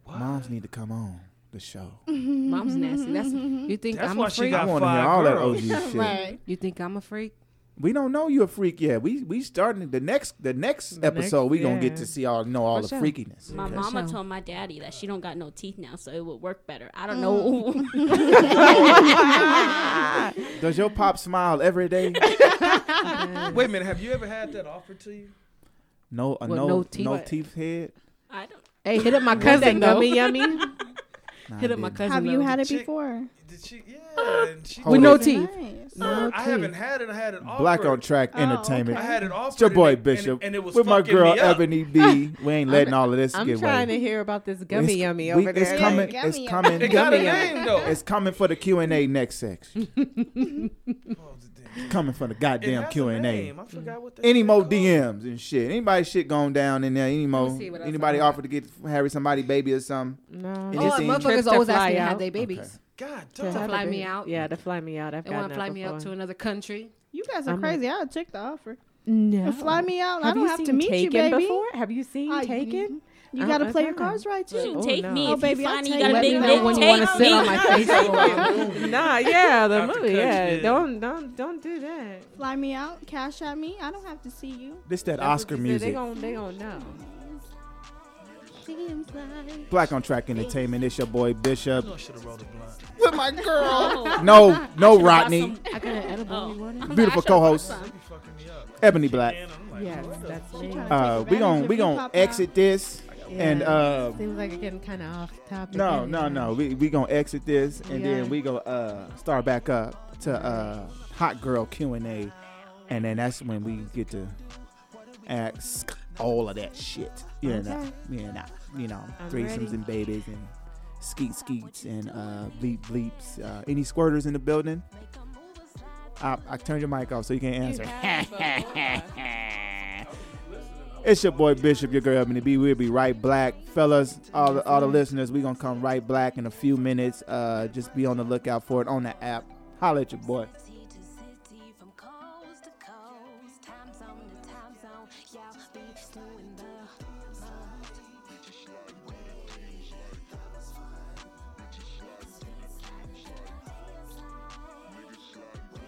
Speaker 2: "Moms need to come on the show."
Speaker 3: Mom's nasty. That's you think
Speaker 1: That's
Speaker 3: I'm
Speaker 1: why
Speaker 3: a
Speaker 1: she
Speaker 3: freak.
Speaker 2: I
Speaker 1: got
Speaker 2: want to hear
Speaker 1: five
Speaker 2: all
Speaker 1: girls.
Speaker 2: that OG shit.
Speaker 6: Right.
Speaker 3: you think I'm a freak?
Speaker 2: We don't know you a freak yet. We we starting the next the next episode. we gonna get
Speaker 5: yeah.
Speaker 2: to see all know all the
Speaker 3: sure.
Speaker 2: freakiness.
Speaker 4: My
Speaker 2: Okay.
Speaker 4: mama
Speaker 3: So-
Speaker 4: told my daddy that she don't got no teeth now, so it would work better. I
Speaker 2: Mm.
Speaker 4: don't know.
Speaker 2: Does your pop smile every day?
Speaker 1: Wait a minute. Have you ever had that offered to you?
Speaker 2: No, uh,
Speaker 3: What,
Speaker 2: no, no
Speaker 3: no
Speaker 2: teeth,
Speaker 3: teeth?
Speaker 2: head.
Speaker 4: I don't.
Speaker 3: Hey, hit up my cousin.
Speaker 5: though.
Speaker 3: Yummy, yummy.
Speaker 2: Nah,
Speaker 3: Hit up my
Speaker 2: didn't.
Speaker 3: cousin.
Speaker 6: Have you
Speaker 3: though.
Speaker 6: had it
Speaker 1: Chick-
Speaker 6: before?
Speaker 1: Did she? Yeah. and she,
Speaker 2: Hold
Speaker 3: with no
Speaker 2: it.
Speaker 3: teeth?
Speaker 6: Nice.
Speaker 1: No, I
Speaker 3: okay.
Speaker 1: haven't had it. I had it offered.
Speaker 2: Black on track
Speaker 6: Oh,
Speaker 2: entertainment.
Speaker 1: I had it offered.
Speaker 2: It's your
Speaker 1: and
Speaker 2: boy
Speaker 1: it- and it-
Speaker 2: Bishop
Speaker 1: And, it was
Speaker 2: with my
Speaker 1: fucking
Speaker 2: girl
Speaker 1: me up.
Speaker 2: Ebony B. We ain't letting all of this
Speaker 5: I'm
Speaker 2: get
Speaker 5: trying
Speaker 2: away.
Speaker 5: to hear about this gummy
Speaker 2: It's-
Speaker 5: yummy
Speaker 2: we-
Speaker 5: over
Speaker 2: it's
Speaker 5: there.
Speaker 2: coming.
Speaker 6: Gummy
Speaker 2: it's
Speaker 6: yummy.
Speaker 2: coming.
Speaker 1: It got a
Speaker 5: Yummy,
Speaker 1: name though.
Speaker 2: It's coming for the Q and A next section.
Speaker 1: Oh, the damn-
Speaker 2: Coming for the
Speaker 1: it
Speaker 2: goddamn
Speaker 1: has a
Speaker 2: Q and A.
Speaker 1: name. I forgot what that
Speaker 2: Any more
Speaker 1: called.
Speaker 2: DMs and shit. Anybody shit going down in there? Any more?
Speaker 3: see what else
Speaker 2: Anybody
Speaker 3: I got.
Speaker 2: offer to get Harry somebody baby or something?
Speaker 5: No.
Speaker 2: It
Speaker 3: Oh,
Speaker 2: just
Speaker 3: and
Speaker 2: ain't-
Speaker 5: Trip
Speaker 3: motherfuckers
Speaker 5: to
Speaker 3: always
Speaker 5: fly
Speaker 3: ask me how
Speaker 5: out.
Speaker 3: they babies.
Speaker 2: Okay.
Speaker 1: God
Speaker 5: To have
Speaker 1: damn.
Speaker 5: a
Speaker 3: fly me
Speaker 5: baby.
Speaker 3: out.
Speaker 5: Yeah, to fly me out. I've
Speaker 3: They
Speaker 5: gotten
Speaker 3: want to
Speaker 5: that
Speaker 3: fly me out to
Speaker 5: before.
Speaker 3: another country.
Speaker 6: You guys are
Speaker 5: I'm-
Speaker 6: crazy. I'll take the offer.
Speaker 5: No.
Speaker 6: And fly me out. I
Speaker 5: Have
Speaker 6: don't
Speaker 5: you
Speaker 6: have to
Speaker 5: seen
Speaker 6: meet you,
Speaker 5: Taken
Speaker 6: baby.
Speaker 5: before? Have you seen
Speaker 6: I-
Speaker 5: Taken?
Speaker 6: You
Speaker 5: Uh,
Speaker 6: gotta
Speaker 5: uh,
Speaker 6: play your
Speaker 5: no.
Speaker 6: cards right
Speaker 4: You
Speaker 6: too.
Speaker 5: Oh,
Speaker 4: take
Speaker 5: no.
Speaker 4: me
Speaker 6: Oh,
Speaker 4: if
Speaker 6: baby,
Speaker 4: you
Speaker 6: I'll
Speaker 4: find you
Speaker 6: take
Speaker 4: got a
Speaker 6: you.
Speaker 4: big
Speaker 6: Let me
Speaker 4: dick.
Speaker 6: know when you
Speaker 4: Take
Speaker 6: wanna sit
Speaker 4: me.
Speaker 6: on my face.
Speaker 5: Nah, yeah, the
Speaker 1: Out the
Speaker 5: movie.
Speaker 1: country,
Speaker 5: Yeah.
Speaker 1: yeah.
Speaker 5: don't don't don't do that.
Speaker 6: Fly me out. Cash at me. I don't have to see you.
Speaker 2: This that
Speaker 5: That's what
Speaker 2: Oscar
Speaker 5: they said. They
Speaker 2: music.
Speaker 5: gon' they gon' know.
Speaker 2: Black on Track Entertainment. It's your boy Bishop.
Speaker 1: I should have rolled a blunt.
Speaker 2: With my girl.
Speaker 4: Oh,
Speaker 2: No, no,
Speaker 4: I bought
Speaker 2: Rodney.
Speaker 4: some-
Speaker 3: I got an edible.
Speaker 4: Oh.
Speaker 3: You want it?
Speaker 4: I
Speaker 2: Beautiful
Speaker 4: should've bought
Speaker 2: co-host.
Speaker 4: some.
Speaker 1: You fucking me up.
Speaker 2: Ebony Black.
Speaker 1: And I'm like,
Speaker 5: Yes,
Speaker 1: what the-
Speaker 5: that's
Speaker 6: She
Speaker 5: me.
Speaker 6: tryna
Speaker 2: Uh,
Speaker 6: take
Speaker 2: we
Speaker 6: advantage
Speaker 2: gon'
Speaker 6: of
Speaker 2: we
Speaker 6: you,
Speaker 2: gon'
Speaker 6: Papa.
Speaker 2: exit this and
Speaker 5: Yeah.
Speaker 2: uh
Speaker 5: Seems like we're getting kind of off topic.
Speaker 2: no no
Speaker 5: anyway.
Speaker 2: no we we gonna exit this and then
Speaker 5: Yeah.
Speaker 2: we go uh start back up to uh hot girl Q and A and then that's when we get to ask all of that shit you know
Speaker 5: Okay.
Speaker 2: you know you know
Speaker 5: I'm
Speaker 2: threesomes
Speaker 5: ready.
Speaker 2: and babies and skeet skeets and uh bleep bleeps uh, any squirters in the building I, I turned your mic off so you can't answer. It's your boy Bishop, your girl Ebony B. We'll be right black, fellas. All the, all the listeners, we gonna come right black in a few minutes. Uh, just be on the lookout for it on the app. Holla at your boy.